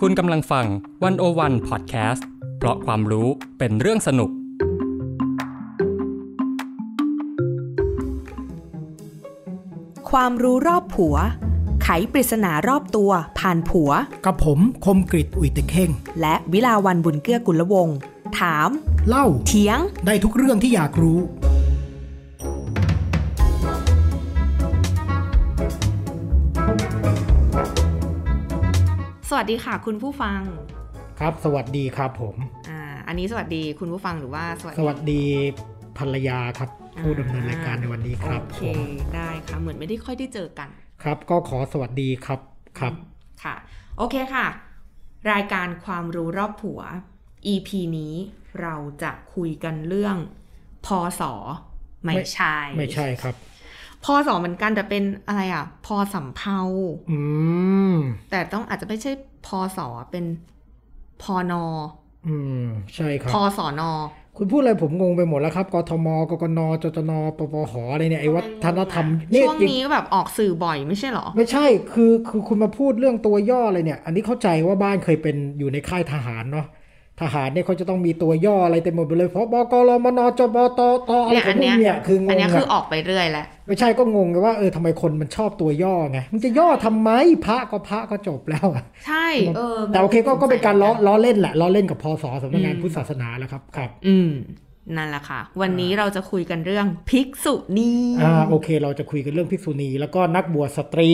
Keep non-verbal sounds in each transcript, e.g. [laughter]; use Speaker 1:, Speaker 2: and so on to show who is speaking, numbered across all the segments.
Speaker 1: คุณกำลังฟังวันโอวันพอดแคสต์เพราะความรู้เป็นเรื่องสนุก
Speaker 2: ความรู้รอบผัว ไขปริศนารอบตัวผ่านผัว
Speaker 3: กับผมคมกริตอุ่ยตะเข่ง
Speaker 2: และวิลาวันบุญเกื้อกุลวงศ์ถาม
Speaker 3: เล่า
Speaker 2: เถียง
Speaker 3: ได้ทุกเรื่องที่อยากรู้
Speaker 2: สวัสดีค่ะ คุณผู้ฟัง
Speaker 3: ครับ สวัสดีครับผม
Speaker 2: อ่าอันนี้สวัสดีคุณผู้ฟังหรือว่าสวัส
Speaker 3: ส
Speaker 2: ดี
Speaker 3: วัสดีภรรยาครับ ผู้ดำเนินรายการในวันนี้ครับ
Speaker 2: โอเค
Speaker 3: ผม
Speaker 2: ได้ค่ะ เหมือนไม่ได้ค่อยได้เจอกัน
Speaker 3: ครับก็ขอสวัสดีครับครับ
Speaker 2: ค่ะ โอเคค่ะ รายการความรู้รอบผัว EP นี้เราจะคุยกันเรื่อง พศไม่
Speaker 3: ไม่
Speaker 2: ใช่
Speaker 3: ไม่ใช่ครับ
Speaker 2: พศเหมือนกันแต่เป็นอะไรอ่ะ พอสำเภา
Speaker 3: อืม
Speaker 2: แต่ต้องอาจจะไม่ใช่พอสอเป็นพอนอ
Speaker 3: อืม ใช่ครับ
Speaker 2: พอสอนอ
Speaker 3: คุณพูดอะไรผมงงไปหมดแล้วครับกทมกกนจจนปปหอะไรเนี่ยไอ้วัฒนธรรมเนี่ย
Speaker 2: ช่วงนี้แบบออกสื่อบ่อยไม่ใช่เหรอ
Speaker 3: ไม่ใช่คือคือคุณมาพูดเรื่องตัวย่ออะไรเนี่ย อันนี้เข้าใจว่าบ้านเคยเป็นอยู่ในค่ายทหารเนาะทหารเนี่ยเขาจะต้องมีตัวย่ออะไรเต็มหมดไปเลยพบกรมนจบตตอะไร
Speaker 2: เนี่ย
Speaker 3: ข
Speaker 2: อั
Speaker 3: อง
Speaker 2: น
Speaker 3: พว
Speaker 2: เนี้ย
Speaker 3: กเนี่ยคือง
Speaker 2: อัน
Speaker 3: ง
Speaker 2: เนี้ยคือ
Speaker 3: อะ
Speaker 2: ออกไปเรื่อยแหละ
Speaker 3: ไม่ใช่ก็งงกันว่าเออทำไมคนมันชอบตัวย่อไงมันจะย่อทำไมพระก็พระก็จบแล้วอะ
Speaker 2: ใช่ เออ
Speaker 3: แต่โอเคก็ก็เป็นการล้อ
Speaker 2: อ
Speaker 3: ล้อเล่นแหละล้อเล่นกับพศสำนักงาน
Speaker 2: อืม
Speaker 3: พุทธศาสนาแหล้วครับครับ
Speaker 2: อืม นั่นแหละค่ะ วันนี้เราจะคุยกันเรื่องภิกษุณี
Speaker 3: อ่าโอเคเราจะคุยกันเรื่องภิกษุณี แล้วก็นักบวชสตรี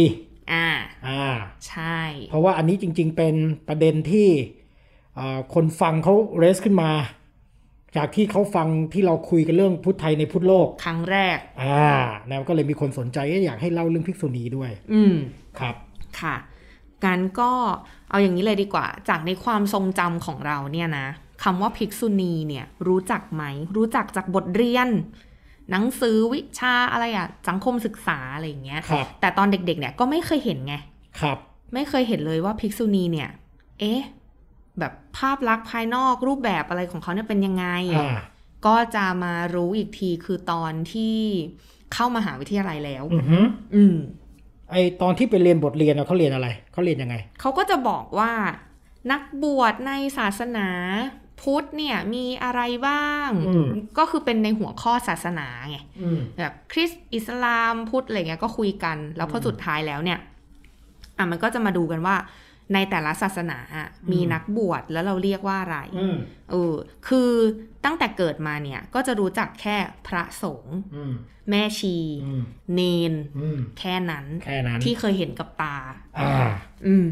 Speaker 2: อ่า
Speaker 3: อ่า
Speaker 2: ใช่
Speaker 3: เพราะว่าอันนี้จริง ๆ เป็นประเด็นที่อ่าคนฟังเขาเรสขึ้นมา จากที่เขาฟังที่เราคุยกันเรื่องพุทธไทยในพุทธโลก
Speaker 2: ครั้งแรก
Speaker 3: อ่าแล้วก็เลยมีคนสนใจเอ๊ะอยากให้เล่าเรื่องภิกษุณีด้วย
Speaker 2: อืม
Speaker 3: ครับ
Speaker 2: ค่ะงั้นก็เอาอย่างนี้เลยดีกว่า จากในความทรงจำของเราเนี่ยนะคำว่าภิกษุณีเนี่ยรู้จักไหม รู้จักจากบทเรียน หนังสือวิชาอะไรอะสังคมศึกษาอะไรอย่างเงี้ย
Speaker 3: ครับ
Speaker 2: แต่ตอนเด็กๆเนี่ยก็ไม่เคยเห็นไง
Speaker 3: ครับ
Speaker 2: ไม่เคยเห็นเลยว่าภิกษุณีเนี่ย เอ๊ะ แบบภาพลักษณ์ภายนอกรูปแบบอะไรของเขาเนี่ยเป็นยังไง
Speaker 3: อ่า
Speaker 2: ก็จะมารู้อีกทีคือตอนที่เข้ามาหาวิทยาลัยแล้ว
Speaker 3: อือฮึ
Speaker 2: อืม
Speaker 3: ไอตอนที่ไปเรียนบทเรียนอะเขาเรียนอะไรเขาเรียนยังไง
Speaker 2: เขาก็จะบอกว่านักบวชในศาสนาพุทธเนี่ยมีอะไรบ้าง
Speaker 3: อืม
Speaker 2: ก็คือเป็นในหัวข้อศาสนาไง
Speaker 3: อืม
Speaker 2: แบบคริสต์อิสลามพุทธอะไรเงี้ยก็คุยกัน แล้วพออ
Speaker 3: ม
Speaker 2: สุดท้ายแล้วเนี่ยอ่ะมันก็จะมาดูกันว่า ในแต่ละศาสนาอ่ะ
Speaker 3: อืม
Speaker 2: มีนักบวชแล้วเราเรียกว่าอะไร
Speaker 3: อืม
Speaker 2: เออคือตั้งแต่เกิดมาเนี่ยก็จะรู้จักแค่พระสงฆ์
Speaker 3: อืม
Speaker 2: แม่ชี
Speaker 3: อืม
Speaker 2: เนน
Speaker 3: อืม
Speaker 2: แค่นั้น
Speaker 3: แค่นั้น
Speaker 2: ที่เคยเห็นกับตา
Speaker 3: อ่า
Speaker 2: อืม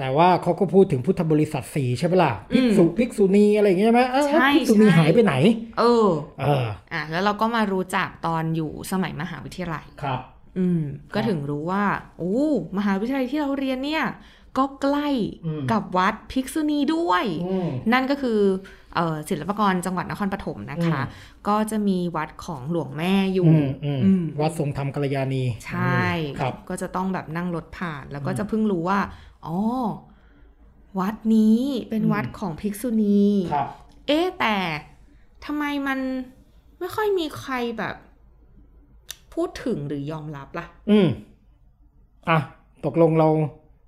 Speaker 3: แต่ว่าเขาก็พูดถึงพุทธบริษัทสี่ใช่ไหมล่ะ
Speaker 2: อื
Speaker 3: ภิ
Speaker 2: ม
Speaker 3: กษุภิกษุณีอะไรอย่างเงี้ยใช่ไหมเออ
Speaker 2: ใช่
Speaker 3: ภิกษุณี
Speaker 2: ใช่
Speaker 3: หายไปไหน
Speaker 2: เออ
Speaker 3: เออ
Speaker 2: อ่ะแล้วเราก็มารู้จักตอนอยู่สมัยมหาวิทยาลัย
Speaker 3: ครับ
Speaker 2: อืม ก็
Speaker 3: ครับ
Speaker 2: ถึงรู้ว่า โอ้ มหาวิทยาลัยที่เราเรียนเนี่ย ก็ใกล้
Speaker 3: อืม
Speaker 2: กับวัดภิกษุณีด้วย
Speaker 3: อืม
Speaker 2: นั่นก็คือเอ่อศิลปากรจังหวัดนครปฐมนะคะ
Speaker 3: อืม
Speaker 2: ก็จะมีวัดของหลวงแม่อยู่
Speaker 3: อืมอืม
Speaker 2: อืม
Speaker 3: วัดทรงธรรมกัลยาณี
Speaker 2: ใช่
Speaker 3: ครับ
Speaker 2: ก็จะต้องแบบนั่งรถผ่าน แล้วก็
Speaker 3: อืม
Speaker 2: จะเพิ่งรู้ว่า อ๋อ วัดนี้เป็น
Speaker 3: อืม
Speaker 2: วัดของภิกษุณี
Speaker 3: ครับ
Speaker 2: เอ๊ะแต่ทำไมมันไม่ค่อยมีใครแบบ พูดถึงหรือยอมรับล่ะ
Speaker 3: อืมอ่ะตกลงเรา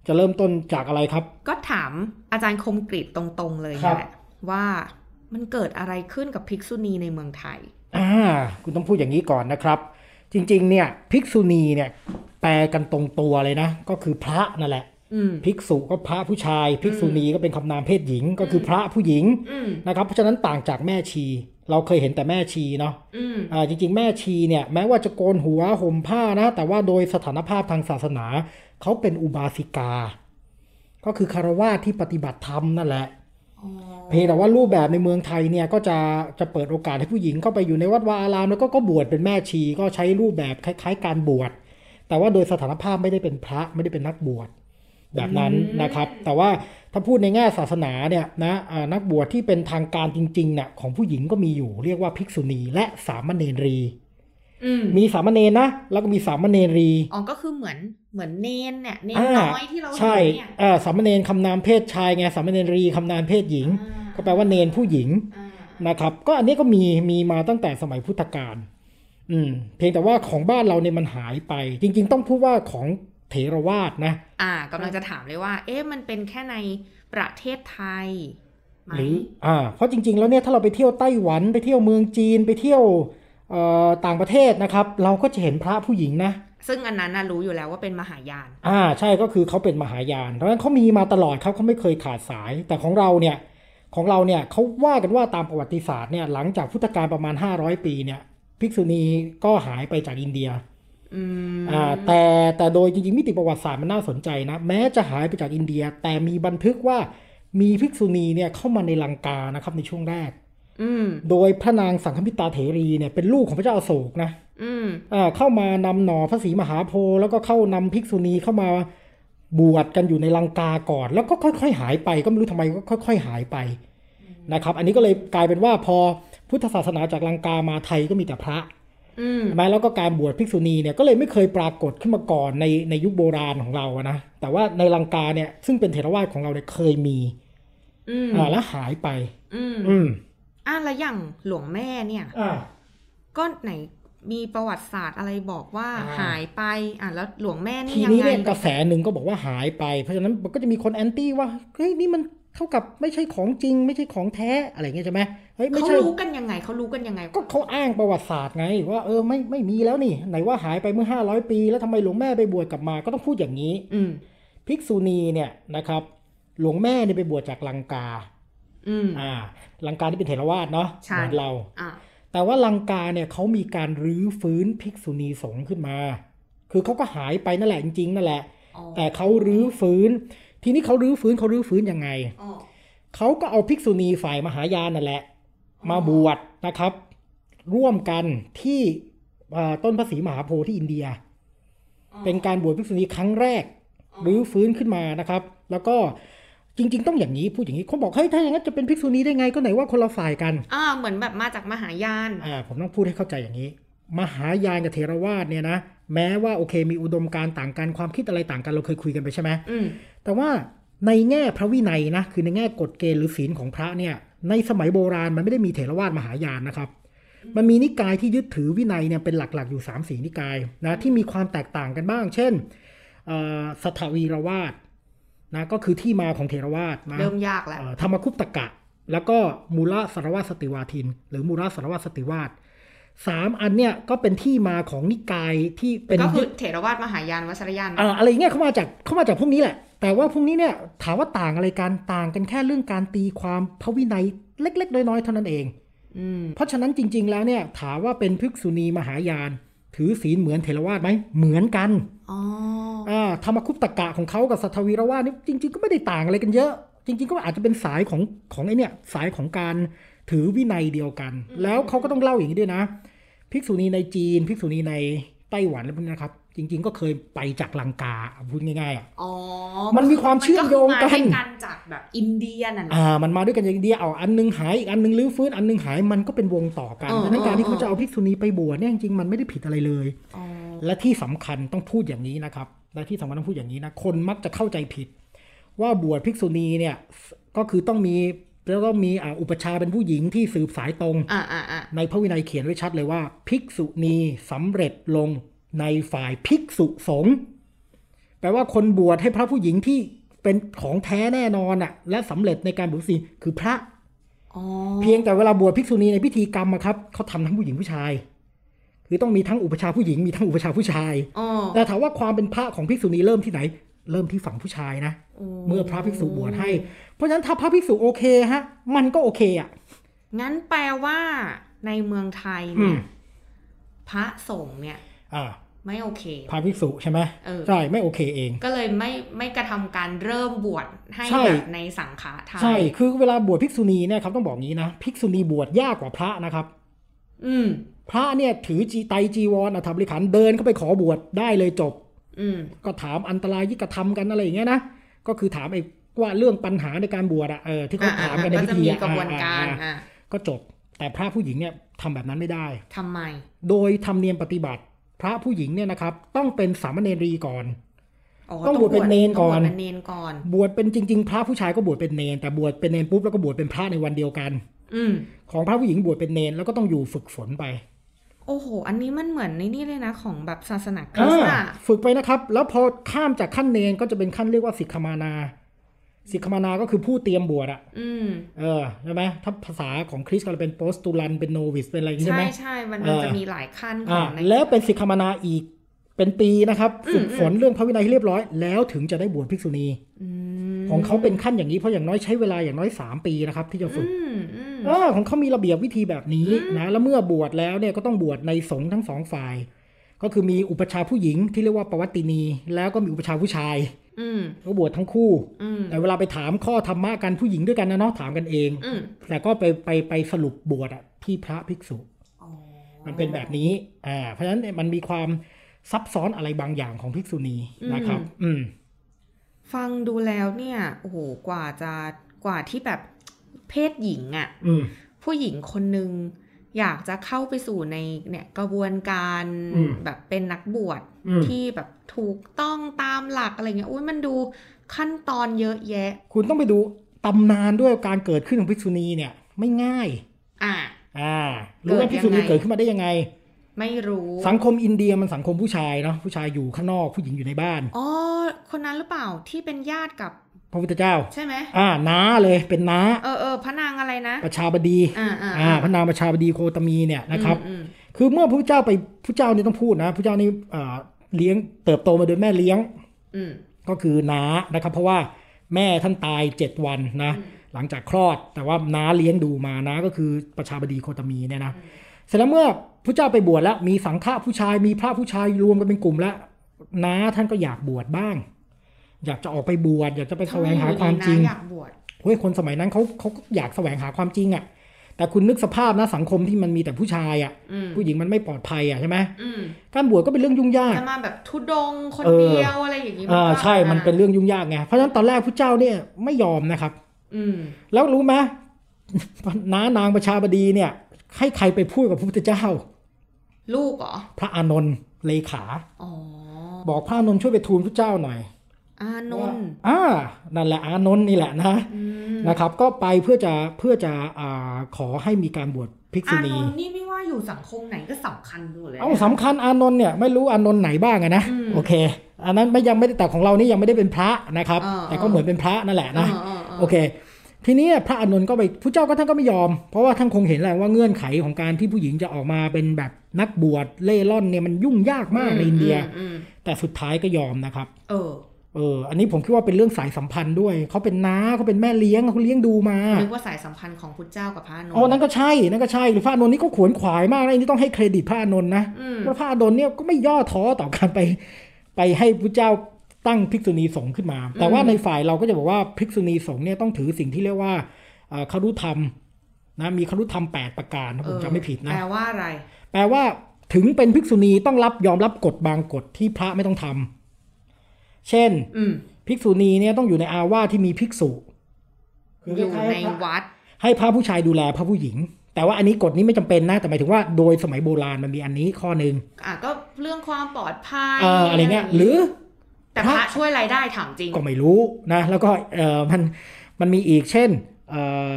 Speaker 3: จะเริ่มต้นจากอะไรครับ
Speaker 2: ก็ถามอาจารย์คมกริตตรงๆเลย
Speaker 3: ครับ
Speaker 2: แหละว่ามันเกิดอะไรขึ้นกับภิกษุณีในเมืองไทย
Speaker 3: อ่าคุณต้องพูดอย่างนี้ก่อนนะครับ จริง ๆ เนี่ยภิกษุณีเนี่ย แปลกันตรงตัวเลยนะ ก็คือพระนั่นแหละ
Speaker 2: อืม
Speaker 3: ภิกษุก็พระผู้ชาย ภิกษุณีก็เป็นคำนามเพศหญิง ก็คือพระผู้หญิง
Speaker 2: อืม
Speaker 3: นะครับเพราะฉะนั้นต่างจากแม่ชี เราเคยเห็นแต่แม่ชีเนาะ
Speaker 2: อืม
Speaker 3: อ่าจริง ๆ แม่ชีเนี่ยแม้ว่าจะโกนหัวห่มผ้านะ แต่ว่าโดยสถานภาพทางศาสนา เขาเป็นอุบาสิกา ก็คือคารวาสที่ปฏิบัติธรรมนั่นแหละ เพียงแต่ว่ารูปแบบในเมืองไทยเนี่ยก็จะจะเปิดโอกาสให้ผู้หญิงเข้าไปอยู่ในวัดวาอารามแล้วก็ก็บวชเป็นแม่ชีก็ใช้รูปแบบคล้าย ๆ การบวช แต่ว่าโดยสถานภาพไม่ได้เป็นพระไม่ได้เป็นนักบวชแบบนั้น
Speaker 2: อืม
Speaker 3: นะครับ แต่ว่าถ้าพูดในแง่ศาสนาเนี่ยนะอ่านักบวชที่เป็นทางการจริงๆเนี่ยของผู้หญิงก็มีอยู่เรียกว่าภิกษุณีและสามเณรี
Speaker 2: อืม
Speaker 3: มีสามเณรนะแล้วก็มีสามเณรี
Speaker 2: อ๋อก็คือเหมือนเหมือนเนนเนี่ยเนน
Speaker 3: อ่า
Speaker 2: น้อยที่เราเห็
Speaker 3: ใช่
Speaker 2: นเนี่ย
Speaker 3: เอ่อสามเณรคำนามเพศชายไงสามเณรีคำนามเพศหญิง ก็แปลว่าเนนผู้หญิง
Speaker 2: อ่า
Speaker 3: นะครับก็อันนี้ก็มีมีมาตั้งแต่สมัยพุทธกาลอืมเพียงแต่ว่าของบ้านเราเนี่ยมันหายไป จริง ๆ ต้องพูดว่าของ เถรวาทนะ
Speaker 2: อ่ากำลังจะถามเลยว่า เอ๊ะมันเป็นแค่ในประเทศไทยไหม
Speaker 3: หรืออ่าเพราะจริง ๆ แล้วเนี่ยถ้าเราไปเที่ยวไต้หวันไปเที่ยวเมืองจีนไปเที่ยวเอ่อต่างประเทศนะครับ เราก็จะเห็นพระผู้หญิงนะ
Speaker 2: ซึ่งอันนั้นนะรู้อยู่แล้วว่าเป็นมหายาน
Speaker 3: อ่าใช่ก็คือเขาเป็นมหายานเพราะฉะนั้นเขามีมาตลอดเขาเขาไม่เคยขาดสาย แต่ของเราเนี่ยของเราเนี่ยเขาว่ากันว่าตามประวัติศาสตร์เนี่ยหลังจากพุทธกาลประมาณ 500 ปีเนี่ยภิกษุณีก็หายไปจากอินเดีย
Speaker 2: อืม
Speaker 3: อ่าแต่แต่โดยจริงๆมิติประวัติศาสตร์มันน่าสนใจนะแม้จะหายไปจากอินเดีย แต่มีบันทึกว่ามีภิกษุณีเนี่ยเข้ามาในลังกานะครับในช่วงแรก
Speaker 2: อืม
Speaker 3: โดยพระนางสังฆมิตาเถรีเนี่ยเป็นลูกของพระเจ้าอโศกนะ
Speaker 2: อืม
Speaker 3: อ่าเข้ามานำหน่อพระศรีมหาโพธิ์แล้วก็เข้านำภิกษุณีเข้ามาบวชกันอยู่ในลังกาก่อน แล้วก็ค่อย ๆ หายไปก็ไม่รู้ทำไมก็ค่อย ๆ หายไปนะครับ อันนี้ก็เลยกลายเป็นว่าพอพุทธศาสนาจากลังกามาไทยก็มีแต่พระ
Speaker 2: อืม
Speaker 3: ใช่ไหมแล้วก็การบวชภิกษุณีเนี่ยก็เลยไม่เคยปรากฏขึ้นมาก่อนในในยุคโบราณของเราอะนะแต่ว่าในลังกาเนี่ยซึ่งเป็นเถรวาทของเราเนี่ยเคยมี
Speaker 2: อืม
Speaker 3: อ่าแล้วหายไป
Speaker 2: อืม
Speaker 3: อืม
Speaker 2: อ่ะแล้วอย่างหลวงแม่เนี่ย
Speaker 3: อ่า
Speaker 2: ก็ไหนมีประวัติศาสตร์อะไรบอกว่า
Speaker 3: อ่า
Speaker 2: หายไป อ่ะแล้วหลวงแม่นี่
Speaker 3: ที
Speaker 2: ยัง
Speaker 3: นี้
Speaker 2: ไง
Speaker 3: เนี่ยกระแสหนึ่งก็บอกว่าหายไป เพราะฉะนั้นมันก็จะมีคนแอนตี้ว่าเฮ้ยนี่มันเท่ากับไม่ใช่ของจริง ไม่ใช่ของแท้อะไรเงี้ยใช่ไหมเฮ้ยไม่
Speaker 2: เขา
Speaker 3: ใช่
Speaker 2: รู้กันยังไงเขารู้กันยังไง
Speaker 3: ก็เขาอ้างประวัติศาสตร์ไงว่าเออไม่ไม่มีแล้วนี่ ไหนว่าหายไปเมื่อ 500 ปี แล้วทำไมหลวงแม่ไปบวชกลับมาก็ต้องพูดอย่างนี้
Speaker 2: อืม
Speaker 3: ภิกษุณีเนี่ยนะครับหลวงแม่เนี่ยไปบวชจากลังกา
Speaker 2: อืม
Speaker 3: อ่าลังกาที่เป็นเถรวาทเนาะ
Speaker 2: ใช่
Speaker 3: เหมือนเรา
Speaker 2: อ่ะ
Speaker 3: แต่ว่าลังกาเนี่ยเขามีการรื้อฟื้นภิกษุณีสงฆ์ขึ้นมา คือเขาก็หายไปนั่นแหละจริงๆนั่นแหละ
Speaker 2: อ๋อ
Speaker 3: แต่เขารื้อฟื้น ทีนี้เขารื้อฟื้นเขารื้อฟื้นยังไง
Speaker 2: อ๋อ
Speaker 3: เขาก็เอาภิกษุณีฝ่ายมหายานนั่นแหละ มาบวชนะครับ ร่วมกันที่เอ่อต้นพระศรีมหาโพธิ์ที่อินเดีย เป็นการบวชภิกษุณีครั้งแรก รื้อฟื้นขึ้นมานะครับ แล้วก็จริง ๆ ต้องอย่างนี้พูดอย่างนี้เขาบอกเฮ้ยถ้าอย่างนั้นจะเป็นภิกษุณีได้ไงก็ไหนว่าคนละฝ่ายกัน
Speaker 2: อ่าเหมือนแบบมาจากมหายาน
Speaker 3: อ่าผมต้องพูดให้เข้าใจอย่างนี้ มหายานกับเทรวาสเนี่ยนะแม้ว่าโอเค มีอุดมการณ์ต่างกันความคิดอะไรต่างกันเราเคยคุยกันไปใช่ไหม
Speaker 2: อืม
Speaker 3: แต่ว่าในแง่พระวินัยนะคือในแง่กฎเกณฑ์หรือศีลของพระเนี่ยในสมัยโบราณมันไม่ได้มีเถรวาทมหายานนะครับ มันมีนิกายที่ยึดถือวินัยเนี่ยเป็นหลักๆอยู่3ามสีนิกายนะที่มีความแตกต่างกันบ้าง เช่นเอ่อสัทธวีรวาทนะก็คือที่มาของเถรวาทนะ
Speaker 2: เริ่มยากแล้ว
Speaker 3: เอ่อธรรมคุปตกะ แล้วก็มูลสารวาสติวาทิน หรือมูลสารวาสติวาทสามอันเนี่ยก็เป็นที่มาของนิกายที่เป็น
Speaker 2: ก็คื
Speaker 3: ยึ
Speaker 2: อ
Speaker 3: ด
Speaker 2: เถรวาทมหายานวัชรยาน
Speaker 3: อ่าอะไรอย่างเงี้ยเขามาจากเขามาจากพวกนี้แหละ แต่ว่าพวกนี้เนี่ยถามว่าต่างอะไรกันต่างกันแค่เรื่องการตีความพระวินัยเล็ก ๆ น้อยๆเท่านั้นเอง
Speaker 2: อืม
Speaker 3: เพราะฉะนั้นจริง ๆ แล้วเนี่ยถามว่าเป็นภิกษุณีมหายาน ถือศีลเหมือนเทรวาสไหมเหมือนกัน
Speaker 2: อ๋อ
Speaker 3: อ่าธรรมคุปตกะของเขากับสัทธวีรวาสนี่จริง ๆ ก็ไม่ได้ต่างอะไรกันเยอะ จริง ๆ ก็อาจจะเป็นสายของของไอเนี่ยสายของการถือวินัยเดียวกัน แล้วเขาก็ต้องเล่าอย่างนี้ด้วยนะภิกษุณีในจีนภิกษุณีในไต้หวันอะไรพวกนี้นะครับ จริง ๆ ก็เคยไปจากลังกาเอาพูดง่ายๆอะ
Speaker 2: อ๋อ
Speaker 3: มันมีความเชื่อมโยง
Speaker 2: มัก็
Speaker 3: กัน
Speaker 2: คือมาด้วยกันจากแบบอินเดียนั่นแหละ
Speaker 3: อ่ามันมาด้วยกันอย่างเดียวเอาอันหนึงหายอีกอันหนึงรื้อฟื้นอันหนึงหายมันก็เป็นวงต่อกัน
Speaker 2: อ๋อ
Speaker 3: ดังนั้นการที่
Speaker 2: อ๋อ
Speaker 3: เขาจะเอาภิกษุณีไปบวชเนี่ยจริงๆมันไม่ได้ผิดอะไรเลย
Speaker 2: อ๋อ
Speaker 3: และที่สำคัญต้องพูดอย่างนี้นะครับ และที่สำคัญต้องพูดอย่างนี้นะคนมักจะเข้าใจผิด ว่าบวชภิกษุณีเนี่ยก็คือต้องมีแล้วก็มีอ่าอุปชฌาย์เป็นผู้หญิงที่สืบสายตรง
Speaker 2: อ่าอ่าอ่า
Speaker 3: ในพระวินัยเขียนไว้ชัดเลยว่า ภิกษุณีสำเร็จลงในฝ่ายภิกษุสงฆ์แปลว่าคนบวชให้พระผู้หญิงที่เป็นของแท้แน่นอนอะและสำเร็จในการบวชศีลคือพระ
Speaker 2: อ๋อ
Speaker 3: เพียงแต่เวลาบวชภิกษุณีในพิธีกรรมอะครับเขาทำทั้งผู้หญิงผู้ชาย คือต้องมีทั้งอุปชฌาย์ผู้หญิงมีทั้งอุปชฌาย์ผู้ชาย
Speaker 2: อ๋อ
Speaker 3: แต่ถามว่าความเป็นพระของภิกษุณีเริ่มที่ไหน เริ่มที่ฝั่งผู้ชายนะ เมื่อพระภิกษุบวชให้ เพราะฉะนั้นถ้าพระภิกษุโอเคฮะ มันก็โอเคอ่ะ
Speaker 2: งั้นแปลว่าในเมืองไทย
Speaker 3: อื
Speaker 2: เนี่
Speaker 3: ม
Speaker 2: ยพระสงฆ์เนี่ย
Speaker 3: อ่า
Speaker 2: ไม่โอเค
Speaker 3: พระภิกษุใช่ไหม
Speaker 2: เออ
Speaker 3: ใช่ไม่โอเคเอง
Speaker 2: ก็เลยไม่ไม่กระทำการเริ่มบวชให้
Speaker 3: ใช่
Speaker 2: แบบในสังฆะไทย
Speaker 3: ใช่ คือเวลาบวชภิกษุณีเนี่ยครับต้องบอกงี้นะ ภิกษุณีบวชยากกว่าพระนะครับ
Speaker 2: อืม
Speaker 3: พระเนี่ยถือจีไตรจีวรอัฐบริขันธ์เดินเข้าไปขอบวชได้เลยจบ
Speaker 2: อืม
Speaker 3: ก็ถามอันตรายยิกระทำกันอะไรอย่างเงี้ยนะ ก็คือถามไอ้ว่าเรื่องปัญหาในการบวชอะเออที่เขาถามกันใน
Speaker 2: อ่ะก็จะ
Speaker 3: พิธี
Speaker 2: มี
Speaker 3: อก
Speaker 2: ระบวนการ
Speaker 3: อ่ะอ่ะ
Speaker 2: อ่ะ
Speaker 3: ก็จบ แต่พระผู้หญิงเนี่ยทำแบบนั้นไม่ได้
Speaker 2: ทำไม
Speaker 3: โดยธรรมเนียมปฏิบัติ พระผู้หญิงเนี่ยนะครับ ต้องเป็นสามเณรีก่อน ต้องบวชเป็นเนรก่อ
Speaker 2: ต้
Speaker 3: น
Speaker 2: องบวชเป็นเนรก่อน
Speaker 3: บวชเป็นจริง ๆ พระผู้ชายก็บวชเป็นเนน แต่บวชเป็นเนนปุ๊บแล้วก็บวชเป็นพระในวันเดียวกัน
Speaker 2: อืม
Speaker 3: ของพระผู้หญิงบวชเป็นเนนแล้วก็ต้องอยู่ฝึกฝนไป
Speaker 2: อ โอ้โห อันนี้มันเหมือนในนี่เลยนะของแบบศาสนาคริ
Speaker 3: อ่า
Speaker 2: สต์อะ
Speaker 3: ฝึกไปนะครับ แล้วพอข้ามจากขั้นเนนก็จะเป็นขั้นเรียกว่าสิกขมานา สิกขมานาก็คือผู้เตรียมบวชอะ
Speaker 2: อืม
Speaker 3: เออใช่ไหมถ้าภาษาของคริสต์ก็จะเป็นโปสตูลันเป็นโนวิสเป็นอะไรอย่างงี้
Speaker 2: ใช่
Speaker 3: ใช่ไหม
Speaker 2: ใช่มันมัน
Speaker 3: เออ
Speaker 2: จะมีหลายขั้นขอ
Speaker 3: อ่าง
Speaker 2: ใน
Speaker 3: แล้วเป็นสิกขมานาอีกเป็นปีนะครับ
Speaker 2: อืม
Speaker 3: ฝึกฝนเรื่องพระวินัยให้เรียบร้อย แล้วถึงจะได้บวชภิกษุณี
Speaker 2: อืม
Speaker 3: ของเขาเป็นขั้นอย่างนี้เพราะอย่างน้อยใช้เวลาอย่างน้อยสามปีนะครับที่จะฝึก
Speaker 2: อืมอืม
Speaker 3: เออของเขามีระเบียบวิธีแบบนี้นะแล้วเมื่อบวชแล้วเนี่ยก็ต้องบวชในสงฆ์ทั้งสองฝ่าย ก็คือมีอุปชฌาย์ผู้หญิงที่เรียกว่าปวัตตินี แล้วก็มีอุปชฌาย์ผู้ชาย
Speaker 2: อืม
Speaker 3: ก็บวชทั้งคู่
Speaker 2: อืม
Speaker 3: แต่เวลาไปถามข้อธรรมะกันผู้หญิงด้วยกันนะเนาะถามกันเอง
Speaker 2: อืม
Speaker 3: แต่ก็ไปไปไปสรุปบวชอะที่พระภิกษุ
Speaker 2: อ๋อ
Speaker 3: มันเป็นแบบนี้อ่าเพราะฉะนั้นเนี่ยมันมีความซับซ้อนอะไรบางอย่างของภิกษุณีนะครับ อืม
Speaker 2: ฟังดูแล้วเนี่ย โอ้โห กว่าจะ กว่าที่แบบเพศหญิงอะ
Speaker 3: อืม
Speaker 2: ผู้หญิงคนหนึ่งอยากจะเข้าไปสู่ในเนี่ยกระบวนการ
Speaker 3: อืม
Speaker 2: แบบเป็นนักบวช
Speaker 3: อืม
Speaker 2: ที่แบบถูกต้องตามหลักอะไรเงี้ยอุ้ยมันดูขั้นตอนเยอะแยะ
Speaker 3: คุณต้องไปดูตำนานด้วยการเกิดขึ้นของภิกษุณีเนี่ย ไม่ง่าย
Speaker 2: อ่ะ
Speaker 3: อ่ารู้ว่า
Speaker 2: เกิ
Speaker 3: ภิ
Speaker 2: ด
Speaker 3: ก
Speaker 2: ยั
Speaker 3: ษุ
Speaker 2: งไง
Speaker 3: ณีเกิดขึ้นมาได้ยังไง
Speaker 2: ไม่รู้
Speaker 3: สังคมอินเดียมันสังคมผู้ชายเนาะผู้ชายอยู่ข้างนอกผู้หญิงอยู่ในบ้าน
Speaker 2: อ๋อคนนั้นหรือเปล่าที่เป็นญาติกับ
Speaker 3: พระพุทธเจ้า
Speaker 2: ใช่ไหม
Speaker 3: อ่าน้าเลยเป็นน้า
Speaker 2: เออเออพระนางอะไรนะ
Speaker 3: ประชาบดี
Speaker 2: อ่าอ่า
Speaker 3: อ่าพระนางประชาบดีโคตมีเนี่ยนะครับ
Speaker 2: อืม
Speaker 3: คือเมื่อพระเจ้าไปพระเจ้านี่ต้องพูดนะพระเจ้านี่เอ่อเลี้ยงเติบโตมาโดยแม่เลี้ยง
Speaker 2: อืม
Speaker 3: ก็คือน้านะครับ เพราะว่าแม่ท่านตายเจ็ดวันนะหลังจากคลอด แต่ว่าน้าเลี้ยงดูมาน้าก็คือประชาบดีโคตมีเนี่ยนะเสร็จแล้วเมื่อพระเจ้าไปบวชแล้วมีสังฆะผู้ชายมีพระผู้ชายรวมกันเป็นกลุ่มแล้วน้าท่านก็อยากบวชบ้าง อยากจะออกไปบวชอยากจะไปแสวงหาความจริง
Speaker 2: ทำไอยู่ดีนะอยากบวช
Speaker 3: เฮ้ยคนสมัยนั้นเขาเขาก็อยากแสวงหาความจริงอะ่ะ แต่คุณนึกสภาพนะสังคมที่มันมีแต่ผู้ชายอะ่ะ
Speaker 2: อืม
Speaker 3: ผู้หญิงมันไม่ปลอดภัยอะ่ะใช่ไหม
Speaker 2: อืม
Speaker 3: การบวชก็เป็นเรื่องยุ่งยาก
Speaker 2: จะมาแบบทุดงคน
Speaker 3: เออ
Speaker 2: เดียวอะไรอย่างนี้
Speaker 3: อ่า
Speaker 2: ก็
Speaker 3: ใช่มันเป็นเรื่องยุ่งยากไงเพราะฉะนั้นตอนแรกพระเจ้าเนี่ยไม่ยอมนะครับ
Speaker 2: อืม
Speaker 3: แล้วรู้ไหม [laughs] น้านางประชาบดีเนี่ย ให้ใครไปพูดกับพระพุทธเจ้า
Speaker 2: ลูกเหรอ
Speaker 3: พระอานนท์เลขา
Speaker 2: อ๋อ
Speaker 3: บอกพระอานนท์ช่วยไปทูลพระเจ้าหน่อย
Speaker 2: อานนท์
Speaker 3: อ่านั่นแหละอานนท์นี่แหละนะ
Speaker 2: อืม
Speaker 3: นะครับ ก็ไปเพื่อจะเพื่อจะอ่าขอให้มีการบวชภิกษุ
Speaker 2: อาน
Speaker 3: ณี
Speaker 2: นท์นี่ไม่ว่าอยู่สังคมไหนก็สำคัญอยู่เลย
Speaker 3: เอาสำคัญอานนท์เนี่ยไม่รู้อานนท์ไหนบ้างอะนะ
Speaker 2: อืม
Speaker 3: โอเค อันนั้นไม่ยังไม่ได้แต่ของเรานี่ยังไม่ได้เป็นพระนะครับ
Speaker 2: อ่า
Speaker 3: แต่ก็เหมือนเป็นพระนั่นแหละนะ
Speaker 2: เออเออเออ
Speaker 3: โอเค ทีนี้พระอานนท์ก็ไปผู้เจ้าก็ท่านก็ไม่ยอม เพราะว่าท่านคงเห็นแหละว่าเงื่อนไขของการที่ผู้หญิงจะออกมาเป็นแบบนักบวชเล่ร่อนเนี่ยมันยุ่งยากมากในอินเดีย
Speaker 2: อืมอืม
Speaker 3: แต่สุดท้ายก็ยอมนะครับ
Speaker 2: เออ
Speaker 3: เอออันนี้ผมคิดว่าเป็นเรื่องสายสัมพันธ์ด้วยเขาเป็นน้าเขาเป็นแม่เลี้ยงเขาเลี้ยงดูมา
Speaker 2: นึกว่าสายสัมพันธ์ของพุทธเจ้ากับพระอานนท์
Speaker 3: อ๋อนั่นก็ใช่นั่นก็ใช่หรือพระอานนท์นี่ก็ขวนขวายมากนะอันนี้ต้องให้เครดิตพระอานนท์นะ
Speaker 2: อืม
Speaker 3: พระพาดลเนี่ยก็ไม่ย่อท้อต่อการไป ไปให้พระเจ้าตั้งภิกษุณีสงฆ์ขึ้นมา แต่ว่าในฝ่ายเราก็จะบอกว่าภิกษุณีสงฆ์เนี่ยต้องถือสิ่งที่เรียกว่าเอ่อคารุธรรมนะมีคารุธรรม 8 ประการถ้าผมจำไม่ผิดนะ
Speaker 2: แปลว่าอะไร
Speaker 3: แปลว่าถึงเป็นภิกษุณีต้องรับยอมรับกฎบางกฎที่พระไม่ต้องทำเช่น
Speaker 2: อืม
Speaker 3: ภิกษุณีเนี่ยต้องอยู่ในอาวาสที่มีภิกษุ
Speaker 2: อยู่ในวัด
Speaker 3: ให้พระผู้ชายดูแลพระผู้หญิง แต่ว่าอันนี้กฎนี้ไม่จำเป็นนะแต่หมายถึงว่าโดยสมัยโบราณมันมีอันนี้ข้อหนึ่ง
Speaker 2: อ่ะก็เรื่องความปลอดภัย
Speaker 3: เอ่ออะไรเงี้ยหรือ
Speaker 2: แต่พระช่วยรายได้ถามจริง
Speaker 3: ก็ไม่รู้นะแล้วก็เออมันมันมีอีกเช่นเอ่อ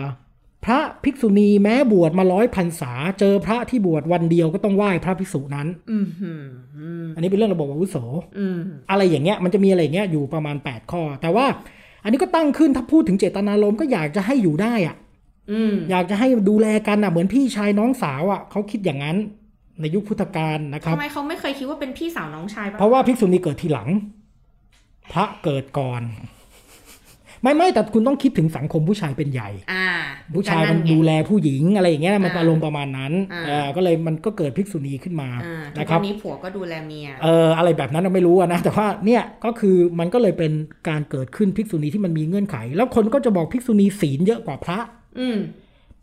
Speaker 3: พระภิกษุณีแม้บวชมาร้อยพรรษา เจอพระที่บวชวันเดียวก็ต้องไหว้พระภิกษุนั้น
Speaker 2: อืมหืมอืม
Speaker 3: อันนี้เป็นเรื่องระบบอาวุโส
Speaker 2: อืม
Speaker 3: อะไรอย่างเงี้ยมันจะมีอะไรอย่างเงี้ยอยู่ประมาณ 8 ข้อ แต่ว่าอันนี้ก็ตั้งขึ้นถ้าพูดถึงเจตนารมณ์ก็อยากจะให้อยู่ได้อะ
Speaker 2: อืม
Speaker 3: อยากจะให้ดูแลกันอ่ะเหมือนพี่ชายน้องสาวอ่ะเขาคิดอย่างนั้นในยุคพุทธกาลนะครับ
Speaker 2: ทำไมเขาไม่เคยคิดว่าเป็นพี่สาวน้องชายปะ
Speaker 3: เพราะว่าภิกษุณีเกิดทีหลัง พระเกิดก่อน ไม่ไม่แต่คุณต้องคิดถึงสังคมผู้ชายเป็นใหญ่
Speaker 2: อ่า
Speaker 3: ผู้ชาย
Speaker 2: ก็
Speaker 3: มัน
Speaker 2: ไง
Speaker 3: ดูแลผู้หญิงอะไรอย่างเงี้ยมัน
Speaker 2: อ่า
Speaker 3: อารมณ์ประมาณนั้น
Speaker 2: อ่า
Speaker 3: เออก็เลยมันก็เกิดภิกษุณีขึ้นมา
Speaker 2: อ่าทุก
Speaker 3: นะค
Speaker 2: วั
Speaker 3: รับ
Speaker 2: นนี้ผัวก็ดูแลเมีย
Speaker 3: เอออะไรแบบนั้นเราไม่รู้อะนะแต่ว่าเนี่ยก็คือมันก็เลยเป็นการเกิดขึ้นภิกษุณีที่มันมีเงื่อนไข แล้วคนก็จะบอกภิกษุณีศีลเยอะกว่าพระ
Speaker 2: อืม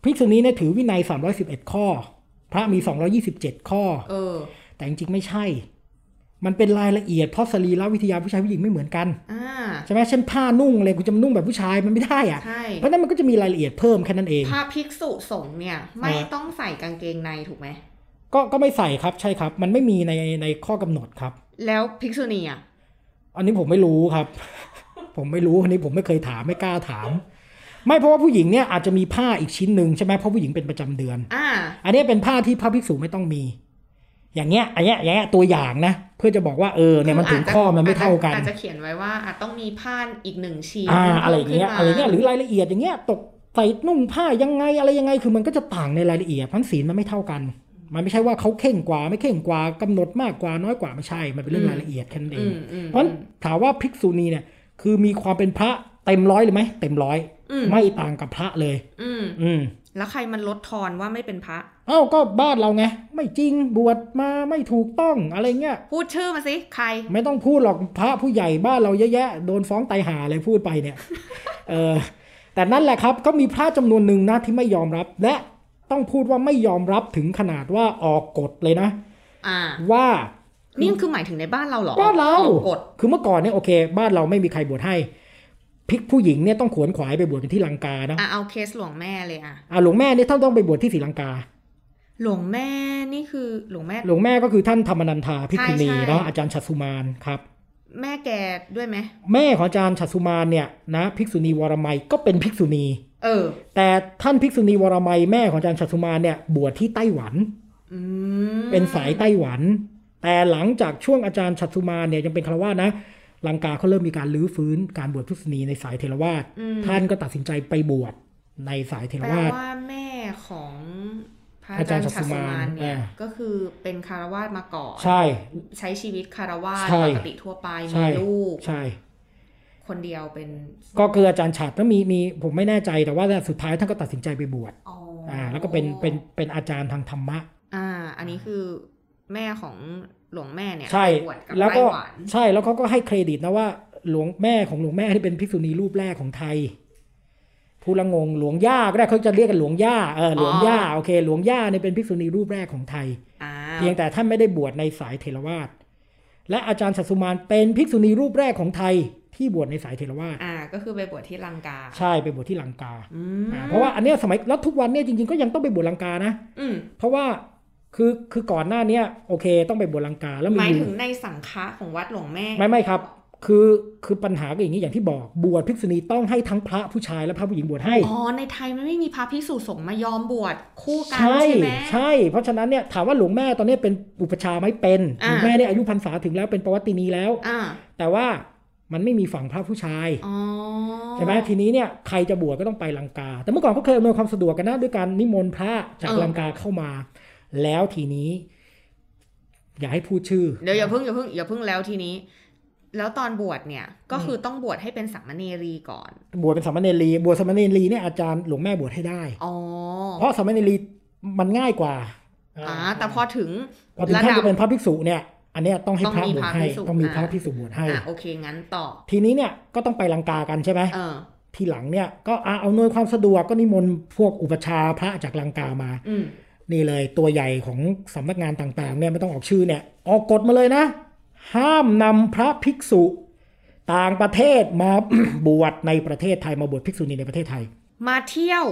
Speaker 3: ภิกษุณีเนี่ยถือวินัย 311 ข้อ พระมี 227 ข้อ
Speaker 2: เออ
Speaker 3: แต่จริงๆไม่ใช่ มันเป็นรายละเอียดเพราะสรีรวิทยาผู้ชายผู้หญิงไม่เหมือนกัน
Speaker 2: อ่า
Speaker 3: ใช่ไหมเช่นผ้านุ่งอะไรคุณจะมานุ่งแบบผู้ชายมันไม่ได้อะ
Speaker 2: ใช่
Speaker 3: เพราะฉะนั้นมันก็จะมีรายละเอียดเพิ่มแค่นั้นเอง
Speaker 2: พระภิกษุสงฆ์เนี่ย ไม่
Speaker 3: เออ
Speaker 2: ต้องใส่กางเกงในถูกไหม
Speaker 3: ก็ก็ไม่ใส่ครับใช่ครับ มันไม่มีในในข้อกำหนดครับ
Speaker 2: แล้วภิกษุณีอ่ะ
Speaker 3: อันนี้ผมไม่รู้ครับ [laughs] ผมไม่รู้อันนี้ผมไม่เคยถามไม่กล้าถาม ไม่เพราะว่าผู้หญิงเนี่ยอาจจะมีผ้าอีกชิ้นหนึ่งใช่ไหมเพราะผู้หญิงเป็นประจำเดือน
Speaker 2: อ่า
Speaker 3: อันนี้เป็นผ้าที่พระภิกษุไม่ต้องมี อย่างเงี้ยอันเนี้ยอย่างเงี้ยตัวอย่างนะ เพื่อจะบอกว่าเออเนี่ยมันถึงข้อมันไม่เท่ากัน
Speaker 2: อาจจะเขียนไว้ว่าอาจต้องมีผ้าอีกหนึ่งชิ้น
Speaker 3: อ่าอะไรอย่างเงี้ย
Speaker 2: พิ่ม
Speaker 3: อะไร
Speaker 2: ขึ้นมา
Speaker 3: เงี้ยหรือรายละเอียดอย่างเงี้ยตกใส่นุ่งผ้ายังไงอะไรยังไงคือมันก็จะต่างในรายละเอียดพันศีลมันไม่เท่ากัน มันไม่ใช่ว่าเขาเข่งกว่าไม่เข่งกว่ากำหนดมากกว่าน้อยกว่าไม่ใช่ มันเป็นเรื่องรายละเอียดแค่นั้นเอ
Speaker 2: อื
Speaker 3: ง
Speaker 2: มอืม
Speaker 3: เพราะฉะนั้นถามว่าภิกษุณีเนี่ยคือมีความเป็นพระเต็มร้อยเลยไหมเต็มร้อย
Speaker 2: อืม
Speaker 3: ไม่ต่างกับพระเลย
Speaker 2: อืม
Speaker 3: อืม
Speaker 2: แล้วใครมันลดทอนว่าไม่เป็นพระ
Speaker 3: เอ้าก็บ้านเราไงไม่จริงบวชมาไม่ถูกต้องอะไรเงี้ย
Speaker 2: พูดชื่อมาสิใคร
Speaker 3: ไม่ต้องพูดหรอกพระผู้ใหญ่บ้านเราเยอะแยะโดนฟ้องไตายหาเลยพูดไปเนี่ย [laughs] เออแต่นั่นแหละครับก็มีพระจำนวนหนึ่งนะที่ไม่ยอมรับ และต้องพูดว่าไม่ยอมรับถึงขนาดว่าออกกฎเลยนะ
Speaker 2: อ่า
Speaker 3: ว่า
Speaker 2: นี่คือหมายถึงในบ้านเราเหรอ
Speaker 3: บ้านเรา
Speaker 2: ออกกฎ
Speaker 3: คือเมื่อก่อนเนี่ยโอเค บ้านเราไม่มีใครบวชให้พิกผู้หญิงเนี่ยต้องขวนขวายไปบวชกันที่ลังกานะ
Speaker 2: อ่ะเอาเคสหลวงแม่เลยอ่ะ
Speaker 3: อ่ะหลวงแม่เนี่ยท่านต้องไปบวชที่ศรีลังกา
Speaker 2: หลวงแม่นี่คือหลวงแม่
Speaker 3: หลวงแม่ก็คือท่านธรรมนันทาพิกขุณี
Speaker 2: ใช่ใช่
Speaker 3: เนาะอาจารย์ชัดสุมานครับ
Speaker 2: แม่แกด้วยไหม
Speaker 3: แม่ของอาจารย์ฉัตรสุมานเนี่ยนะภิกษุณีวรมัยก็เป็นภิกษุณี
Speaker 2: เออ
Speaker 3: แต่ท่านภิกษุณีวรมัยแม่ของอาจารย์ฉัตรสุมานเนี่ยบวชที่ไต้หวัน
Speaker 2: อืม
Speaker 3: เป็นสายไต้หวัน แต่หลังจากช่วงอาจารย์ฉัตรสุมานเนี่ยยังเป็นคารวาสนะลังกาเขาเริ่มมีการลื้อฟื้นการบวชภิกษุณีในสายเทรวาส
Speaker 2: อืม
Speaker 3: ท่านก็ตัดสินใจไปบวชในสายเทร
Speaker 2: แปล
Speaker 3: วาส
Speaker 2: ว่าแม่ของพระ
Speaker 3: อา
Speaker 2: อา
Speaker 3: จา
Speaker 2: จาร ร
Speaker 3: ย์
Speaker 2: ย์
Speaker 3: ฉั
Speaker 2: ชั
Speaker 3: ต
Speaker 2: ต
Speaker 3: ร
Speaker 2: สุ
Speaker 3: สุมาม
Speaker 2: านนเนี่ย
Speaker 3: อ่า
Speaker 2: ก็คือเป็นคารวาสมาก่อน
Speaker 3: ใช่
Speaker 2: ใช้ชีวิตคารวาส
Speaker 3: ใช่
Speaker 2: ปกติทั่วไป
Speaker 3: ใช่
Speaker 2: มีลูก
Speaker 3: ใช่
Speaker 2: คนเดียวเป็น
Speaker 3: ก็คืออาจารย์ฉัตรก็มีมีผมไม่แน่ใจแต่ว่าสุดท้ายท่านก็ตัดสินใจไปบวช
Speaker 2: อ๋ออ
Speaker 3: อ่าแล้วก็เป็นเป็นเป็นอาจารย์ทางธรรมะ
Speaker 2: อ่า อันนี้คือแม่ของหลวงแม่เนี่ย
Speaker 3: ใช่
Speaker 2: บวชกับ
Speaker 3: แล้ว
Speaker 2: ไต้
Speaker 3: ก็
Speaker 2: หวัน
Speaker 3: ใช่แล้วเขาก็ให้เครดิตนะว่าหลวงแม่ของหลวงแม่ที่เป็นภิกษุณีรูปแรกของไทยผู้ละงงหลวงย่าก็ได้เขาจะเรียกกันหลวงย่าเออหลวงย่าโอเค หลวงย่าเนี่ยเป็นภิกษุณีรูปแรกของไทย
Speaker 2: อ่า
Speaker 3: เพียงแต่ท่านไม่ได้บวชในสายเทรวาสและอาจารย์สัตสุมานเป็นภิกษุณีรูปแรกของไทยที่บวชในสายเทรวาส
Speaker 2: อ่า ก็คือไปบวชที่ลังกา
Speaker 3: ใช่ไปบวชที่ลังกา
Speaker 2: อืม
Speaker 3: อ่าเพราะว่าอันเนี้ยสมัยแล้วทุกวันเนี่ยจริงๆก็ยังต้องไปบวชลังกานะ
Speaker 2: อืม
Speaker 3: เพราะว่าคือคือก่อนหน้าเนี้ยโอเค ต้องไปบวชลังกาแล้วมี
Speaker 2: หมาย
Speaker 3: อยู่
Speaker 2: ถึงในสังฆะของวัดหลวงแม่
Speaker 3: ไม่ไม่ครับ คือคือปัญหาก็อย่างนี้อย่างที่บอกบวชภิกษุณีต้องให้ทั้งพระผู้ชายและพระผู้หญิงบวชให้
Speaker 2: อ๋อ ในไทยมันไม่มีพระภิกษุสงฆ์มายอมบวชคู่กัน
Speaker 3: ใช่
Speaker 2: ใช่ไหม
Speaker 3: ใช่ เพราะฉะนั้นเนี่ยถามว่าหลวงแม่ตอนนี้เป็นอุปชฌาย์ไหมเป็น
Speaker 2: อ่า
Speaker 3: หลวงแม่เนี่ยอายุพรรษาถึงแล้วเป็นปวัตตินีแล้ว
Speaker 2: อ่า
Speaker 3: แต่ว่ามันไม่มีฝั่งพระผู้ชาย
Speaker 2: อ๋อ
Speaker 3: ใช่ไหมทีนี้เนี่ยใครจะบวชก็ต้องไปลังกา แต่เมื่อก่อนเขาเคยอำนวยความสะดวกกันนะด้วยการนิมนต์พระจากลังกาเข้ามา แล้วทีนี้ อย่าให้พูดชื่อ
Speaker 2: เดี๋ยวอย่าเพิ่งอย่าเพิ่งอย่าเพิ่งแล้วทีนี้ แล้วตอนบวชเนี่ย ก็คือต้องบวชให้เป็นสามเณรีก่อน
Speaker 3: บวชเป็นสามเณรีบวชสามเณรีเนี่ยอาจารย์หลวงแม่บวชให้ได้
Speaker 2: อ๋อ
Speaker 3: เพราะสามเณรีมันง่ายกว่า
Speaker 2: อ่าแต่พอถึง
Speaker 3: พอถึง
Speaker 2: ระ
Speaker 3: ขั้น
Speaker 2: ดับ
Speaker 3: จะเป็นพระภิกษุเนี่ย อันเนี้ยต้องให้
Speaker 2: ต้อง
Speaker 3: พระ
Speaker 2: มี
Speaker 3: บวช
Speaker 2: พระ
Speaker 3: ให้
Speaker 2: ภิกษุ
Speaker 3: ต้องมี
Speaker 2: อ่า
Speaker 3: พระภิกษุบวชให้
Speaker 2: อ่ะโอเคงั้นต่อ
Speaker 3: ทีนี้เนี่ยก็ต้องไปลังกากันใช่ไหม
Speaker 2: เออ
Speaker 3: ทีหลังเนี่ยก็อ่ะเอาหน่วยความสะดวกก็นิมนต์พวกอุปชฌาย์พระจากลังกามา
Speaker 2: อืม
Speaker 3: นี่เลยตัวใหญ่ของสำนักงานต่างๆเนี่ยไม่ต้องออกชื่อเนี่ย ออกกฎมาเลยนะ ห้ามนำพระภิกษุต่างประเทศมา [coughs] บวชในประเทศไทยมาบวชภิกษุณีในประเทศไทย
Speaker 2: มาเที่ยว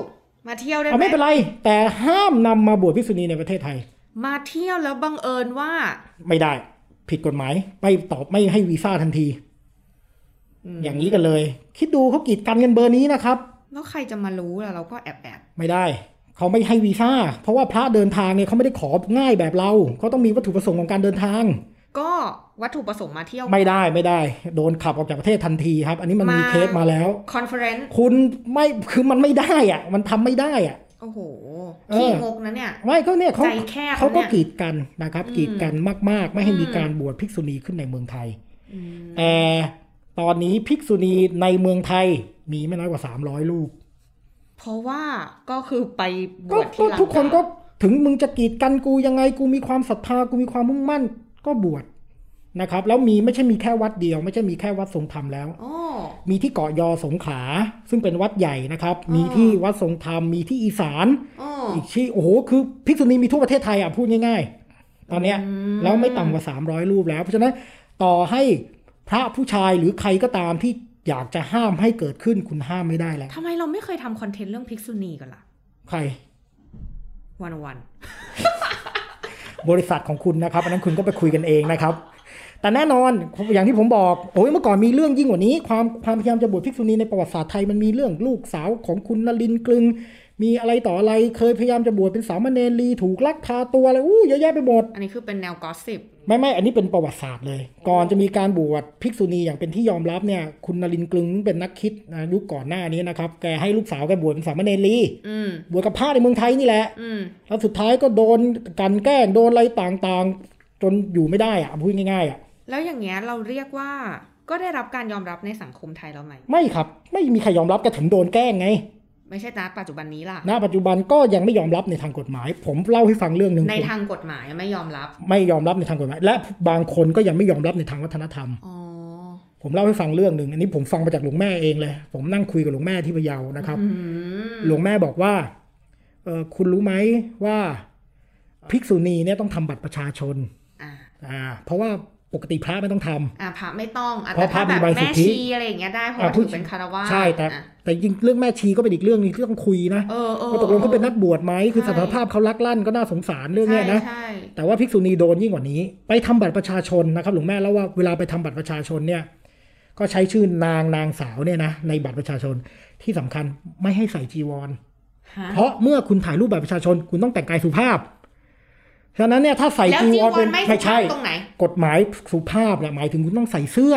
Speaker 2: มาเที่ยวได้
Speaker 3: เอา
Speaker 2: ไหม
Speaker 3: ไม่เป็นไร แต่ห้ามนำมาบวชภิกษุณีในประเทศไทย
Speaker 2: มาเที่ยวแล้วบังเอิญว่า
Speaker 3: ไม่ได้ผิดกฎหมายไม่ตอบไม่ให้วีซ่าทันที
Speaker 2: อืม
Speaker 3: อย่างนี้กันเลย คิดดูเขากีดกันกันเบอร์นี้นะครับ
Speaker 2: แล้วใครจะมารู้ล่ะเราก็แอบแอบ
Speaker 3: ไม่ได้ เขาไม่ให้วีซ่า เพราะว่าพระเดินทางเนี่ยเขาไม่ได้ของ่ายแบบเราเขาต้องมีวัตถุประสงค์ของการเดินทาง
Speaker 2: ๆก็วัตถุประสงค์มาเที่ยว
Speaker 3: ไม่ได้ไม่ได้ โดนขับออกจากประเทศทันทีครับ อันนี้มันมี
Speaker 2: มา
Speaker 3: เคสมาแล้ว
Speaker 2: คอนเฟอเรนซ์
Speaker 3: คุณไม่คือมันไม่ได้อะมันทำไม่ได้อะ
Speaker 2: โอ้โห
Speaker 3: เออ
Speaker 2: ขี้งกนะเนี่ย
Speaker 3: ไม่ก็เนี่ยเขา
Speaker 2: ใจแคบนะ
Speaker 3: เขาก็
Speaker 2: เนี่ย
Speaker 3: กีดกันนะครับ
Speaker 2: อืม
Speaker 3: กีดกันมาก ๆ ไม่ให้มี
Speaker 2: อืม
Speaker 3: การบวชภิกษุณีขึ้นในเมืองไทย
Speaker 2: อืม
Speaker 3: แต่ตอนนี้ภิกษุณีในเมืองไทยมีไม่น้อยกว่า 300 รูป
Speaker 2: เพราะว่าก็คือไปบ
Speaker 3: ก็
Speaker 2: วช
Speaker 3: ก็
Speaker 2: ที่ลัง
Speaker 3: ทุกคนก็ถึงมึงจะกีดกันกูยังไงกูมีความศรัทธากูมีความมุ่งมั่นก็บวชนะครับ แล้วมีไม่ใช่มีแค่วัดเดียว ไม่ใช่มีแค่วัดทรงธรรมแล้ว
Speaker 2: โอ้
Speaker 3: มีที่เกาะยอสงขลาซึ่งเป็นวัดใหญ่นะครับ มีที่วัดทรงธรรมมีที่อีสาน
Speaker 2: โอ้
Speaker 3: อีกที่โอ้โหคือภิกษุณีมีทั่วประเทศไทยอ่ะพูดง่าย ๆ ตอนเนี้ย
Speaker 2: อืม
Speaker 3: แล้วไม่ต่ำกว่า 300 รูปแล้ว เพราะฉะนั้นต่อให้พระผู้ชายหรือใครก็ตามที่อยากจะห้ามให้เกิดขึ้นคุณห้ามไม่ได้แล้ว
Speaker 2: ทำไมเราไม่เคยทำคอนเทนต์เรื่องภิกษุณีกันล่ะ
Speaker 3: ใคร
Speaker 2: วันวัน
Speaker 3: บริษัทของคุณนะครับ อันนั้นคุณก็ไปคุยกันเองนะครับ แ แต่แน่นอนอย่างที่ผมบอกโอ้ยเมื่อก่อนมีเรื่องยิ่งกว่านี้ ความความพยายามจะบวชภิกษุณีในประวัติศาสตร์ไทยมันมีเรื่องลูกสาวของคุณนลินกลึง มีอะไรต่ออะไรเคยพยายามจะบวชเป็นสามเณรีถูกลักพาตัวอะไรอู้เยอะแยะไปหมด
Speaker 2: อันนี้คือเป็นแนวกอสซิป
Speaker 3: ไม่ไม่อันนี้เป็นประวัติศาสตร์เลย ก่อนจะมีการบวชภิกษุณีอย่างเป็นที่ยอมรับเนี่ย คุณนลินกลึงเป็นนักคิดนะยุคก่อนหน้านี้นะครับ แกให้ลูกสาวแกบวชเป็นสามเณรี
Speaker 2: อืม
Speaker 3: บวชกับพระในเมืองไทยนี่แหละ
Speaker 2: อืม
Speaker 3: แล้วสุดท้ายก็โดนกลันแกล้งโดนอะไรต่างๆ จนอยู่ไม่ได้อะเอาพูดง่ายๆอะ
Speaker 2: แล้วอย่างเงี้ยเราเรียกว่าก็ได้รับการยอมรับในสังคมไทยแล้วไหม
Speaker 3: ไม่ครับไม่มีใครยอมรับกระถึงโดนแกล้งไง
Speaker 2: ไม่ใช่นะปัจจุบันนี้ล่ะ
Speaker 3: ณปัจจุบันก็ยังไม่ยอมรับในทางกฎหมาย ผมเล่าให้ฟังเรื่องหนึ่ง
Speaker 2: ในทางกฎหมายไม่ยอมรับ
Speaker 3: ไม่ยอมรับในทางกฎหมาย และบางคนก็ยังไม่ยอมรับในทางวัฒนธรรม
Speaker 2: อ๋อ
Speaker 3: ผมเล่าให้ฟังเรื่องหนึ่งอันนี้ผมฟังมาจากหลวงแม่เองเลย ผมนั่งคุยกับหลวงแม่ที่พะเยานะครับ
Speaker 2: อืม
Speaker 3: หลวงแม่บอกว่าเออคุณรู้ไหมว่าภิกษุณีเนี่ยต้องทำบัตรประชาชน
Speaker 2: อ่า
Speaker 3: อ่าเพราะว่าปกติพระไม่ต้องทำ
Speaker 2: อ่าพระไม่ต้องอ่ะ
Speaker 3: เพ
Speaker 2: แต่
Speaker 3: ราะพ
Speaker 2: ถ้า
Speaker 3: ระ
Speaker 2: แบบ
Speaker 3: มีใบสุ
Speaker 2: แม่
Speaker 3: ทธิ
Speaker 2: ชีอะไรอย่างเงี้ยได้เพราะว่า
Speaker 3: อ่ะผู้
Speaker 2: ถือเป็นคารวาส
Speaker 3: ใช่แต่
Speaker 2: อ่ะ
Speaker 3: แต่จริงเรื่องแม่ชีก็เป็นอีกเรื่องหนึงที่ต้องคุยนะ
Speaker 2: เออเออ
Speaker 3: ว่าตกลงเขาเป็นนักบวชไหมคือ
Speaker 2: ใช่
Speaker 3: สถานภาพเขาลักลั่นก็น่าสงสารเรื่องเนี้ยนะ
Speaker 2: ใช่ใช่
Speaker 3: แต่ว่าภิกษุณีโดนยิ่งกว่านี้ ไปทำบัตรประชาชนนะครับ หลวงแม่เล่าว่าเวลาไปทำบัตรประชาชนเนี่ย ก็ใช้ชื่อนางนางสาวเนี่ยนะในบัตรประชาชนที่สำคัญไม่ให้ใส่จีวร
Speaker 2: ฮะ
Speaker 3: เพราะเมื่อคุณถ่ายรูปบัตรประชาชน คุณต้องแต่งกายสุภาพ ฉะนั้นเนี่ยถ้าใส่
Speaker 2: แล้ว
Speaker 3: จี
Speaker 2: จี
Speaker 3: ว
Speaker 2: วร
Speaker 3: รเป็น
Speaker 2: ไม่
Speaker 3: ไม่
Speaker 2: ใช่
Speaker 3: ใช่
Speaker 2: ตรงไหน
Speaker 3: กฎหมายสุภาพเนี่ยหมายถึงคุณต้องใส่เสื้อ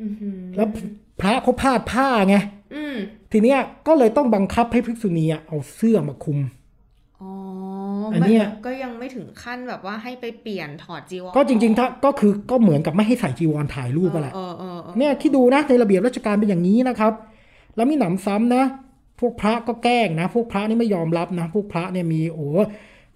Speaker 2: อือหือ
Speaker 3: แล้วพระเขาพาดผ้าไง
Speaker 2: อืม
Speaker 3: ทีเนี้ยก็เลยต้องบังคับให้ภิกษุณีอะเอาเสื้อมาคลุม
Speaker 2: อ๋อ
Speaker 3: อั
Speaker 2: อั
Speaker 3: นเนี้ย
Speaker 2: ก็ยังไม่ถึงขั้นแบบว่าให้ไปเปลี่ยนถอดจีวร
Speaker 3: ก็จริง ๆ ถ้าก็คือก็เหมือนกับไม่ให้ใส่จีวรถ่ายรูปอะแหละ
Speaker 2: เออเออเออ
Speaker 3: เนี่ยคิดดูนะในระเบียบราชการเป็นอย่างนี้นะครับ แล้วมีหนำซ้ำนะ พวกพระก็แกล้งนะ พวกพระนี่ไม่ยอมรับนะ พวกพระเนี่ยมีโอ้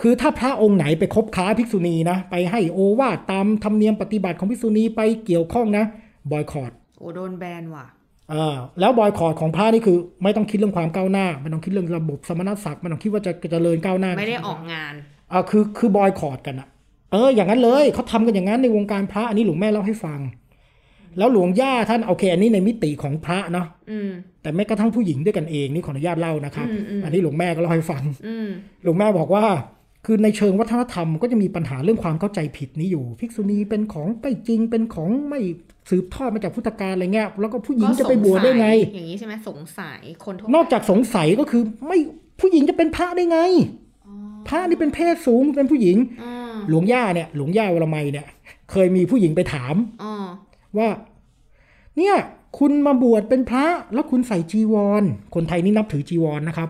Speaker 3: คือถ้าพระองค์ไหนไปคบค้าภิกษุณีนะ ไปให้โอวาทตามธรรมเนียมปฏิบัติของภิกษุณีไปเกี่ยวข้องนะบอยคอรด
Speaker 2: โอ้โดนแบนว่ะ
Speaker 3: เออแล้วบอยคอรดของพระนี่คือ ไม่ต้องคิดเรื่องความก้าวหน้าไม่ต้องคิดเรื่องระบบสมณศักดิ์ไม่ต้องคิดว่าจะจะเจริญก้าวหน้า
Speaker 2: ไม่ได้ออกงาน
Speaker 3: อ่าคือคือบอยคอรดกันอะเอออย่างนั้นเลยเขาทำกันอย่างนั้นในวงการพระอันนี้หลวงแม่เล่าให้ฟัง แล้วหลวงย่าท่านโอเคอันนี้ในมิติของพระเนาะ
Speaker 2: อืม
Speaker 3: แต่แม้กระทั่งผู้หญิงด้วยกันเองนี่ขออนุญาตเล่านะครับ
Speaker 2: อืมอืม
Speaker 3: นนี้หลวงแม่ก็เล่าให้ฟัง
Speaker 2: อืม
Speaker 3: หลวงแม่บอกว่า คือในเชิงวัฒนธรรมก็จะมีปัญหาเรื่องความเข้าใจผิดนี้อยู่ภิกษุณีเป็นของไม่จริงเป็นของไม่สืบทอดมาจากพุทธกาลอะไรเงี้ยแล้วก็ผู้หญิงจะไปบวชได้ไง
Speaker 2: ก็สสัยอย่างนี้ใช่ไหมสงสัยคนทั่วน
Speaker 3: อกจากสงสัยก็คือไม่ผู้หญิงจะเป็นพระได้ไง พระนี่เป็นเพศสูงเป็นผู้หญิง
Speaker 2: อ๋อ
Speaker 3: หลวงย่าเนี่ยหลวงย่าวรมัยเนี่ย เคยมีผู้หญิงไปถาม
Speaker 2: อ๋อ
Speaker 3: ว่า เนี่ย คุณมาบวชเป็นพระแล้วคุณใส่จีวร คนไทยนี่นับถือจีวรนะครับ